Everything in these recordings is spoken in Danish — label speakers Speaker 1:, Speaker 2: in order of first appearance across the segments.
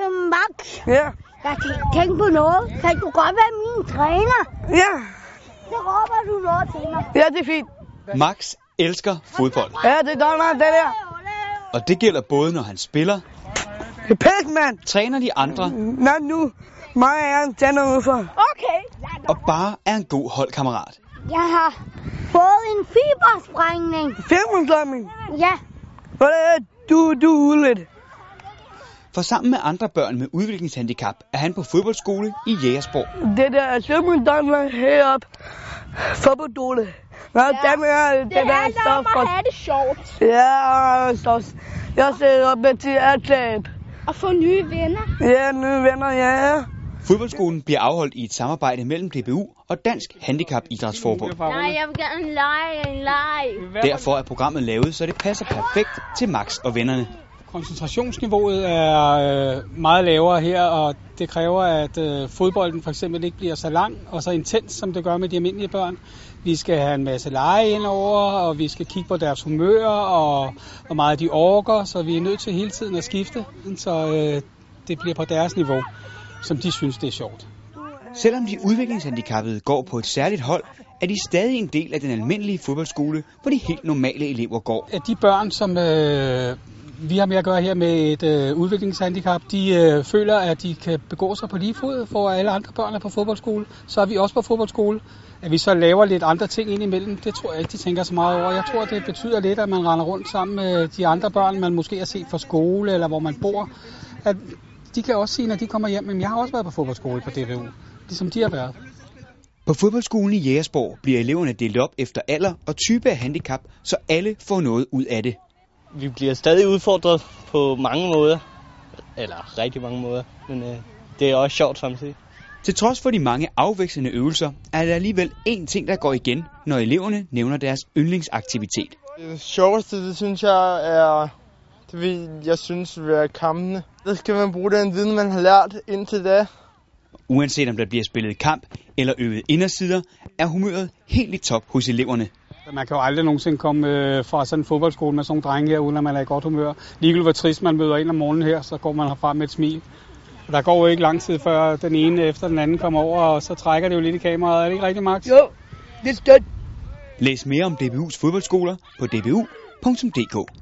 Speaker 1: tak.
Speaker 2: Ja.
Speaker 1: Øhm, Jeg tæ- tænkte på noget. Kan du godt være min træner?
Speaker 2: Ja.
Speaker 1: Så råber du noget til mig.
Speaker 2: Ja, det er fint.
Speaker 3: Max elsker fodbold,
Speaker 2: Ja, det er dommeren, det der.
Speaker 3: og det gælder både når han spiller,
Speaker 2: Det er pæk, mand.
Speaker 3: træner de andre
Speaker 2: Nå nu. Mig og Jan, tag noget ud for.
Speaker 1: Okay.
Speaker 3: og bare er en god holdkammerat.
Speaker 1: Jeg har fået en fibersprængning.
Speaker 2: Filmudstrømning.
Speaker 1: Ja.
Speaker 2: Hvad er det? Du, du er ude lidt.
Speaker 3: For sammen med andre børn med udviklingshandicap er han på fodboldskole i Jægersborg.
Speaker 2: Det der er svømmeudstrømning heroppe. For på dole. Nå, ja. dem er det, det der er så for...
Speaker 1: det sjovt.
Speaker 2: Ja, så... Jeg sidder op med til at tabe.
Speaker 1: Og få nye venner.
Speaker 2: Ja, nye venner, ja.
Speaker 3: Fodboldskolen bliver afholdt i et samarbejde mellem DBU og Dansk Handicap Idrætsforbund.
Speaker 4: Nej, jeg vil gerne lege en leg.
Speaker 3: Derfor er programmet lavet, så det passer perfekt til Max og vennerne.
Speaker 5: Koncentrationsniveauet er øh, meget lavere her, og det kræver, at øh, fodbolden for eksempel ikke bliver så lang og så intens, som det gør med de almindelige børn. Vi skal have en masse lege indover, og vi skal kigge på deres humør og hvor meget de orker, så vi er nødt til hele tiden at skifte, så øh, det bliver på deres niveau, som de synes, det er sjovt.
Speaker 3: Selvom de udviklingshandicappede går på et særligt hold, er de stadig en del af den almindelige fodboldskole, hvor de helt normale elever går.
Speaker 5: at de børn, som øh, vi har med at gøre her med et øh, udviklingshandicap, de øh, føler, at de kan begå sig på lige fod, for alle andre børn er på fodboldskole. Så er vi også på fodboldskole. At vi så laver lidt andre ting ind imellem, det tror jeg ikke, de tænker så meget over. Jeg tror, det betyder lidt, at man render rundt sammen med de andre børn, man måske har set fra skole eller hvor man bor. At de kan også sige, når de kommer hjem, at jeg har også været på fodboldskole på DVU, ligesom de har været.
Speaker 3: På fodboldskolen i Jægersborg bliver eleverne delt op efter alder og type af handicap, så alle får noget ud af det.
Speaker 6: vi bliver stadig udfordret på mange måder. Eller rigtig mange måder. Men øh, det er også sjovt samtidig.
Speaker 3: Til trods for de mange afvekslende øvelser, er der alligevel én ting, der går igen, når eleverne nævner deres yndlingsaktivitet.
Speaker 7: Det sjoveste, det synes jeg er, det vil jeg synes vil være kampene. Der skal man bruge den viden, man har lært indtil da.
Speaker 3: Uanset om der bliver spillet kamp eller øvet indersider, er humøret helt i top hos eleverne.
Speaker 5: Man kan jo aldrig nogensinde komme øh, fra sådan en fodboldskole med sådan nogle drenge her, uden at man er i godt humør. Ligegyldigt hvor trist man møder ind om morgenen her, så går man herfra med et smil. Og der går jo ikke lang tid, før den ene efter den anden kommer over, og så trækker det jo lidt i kameraet. Er det ikke rigtigt, Max?
Speaker 2: Jo, det er stødt.
Speaker 3: Læs mere om DBU's fodboldskoler på dbu.dk.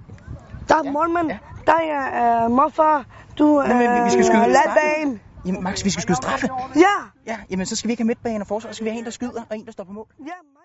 Speaker 2: Der er morgenmand. Der er uh, morfar. Du er
Speaker 8: men vi- vi skal skyde
Speaker 2: øh,
Speaker 8: lidt
Speaker 2: landbanen.
Speaker 8: Jamen, Max, vi skal skyde straffe.
Speaker 2: Ja,
Speaker 8: Ja, jamen, så skal vi ikke have midtbane og forsvar, så skal vi have en, der skyder og en, der står på mål.
Speaker 2: ja. mig.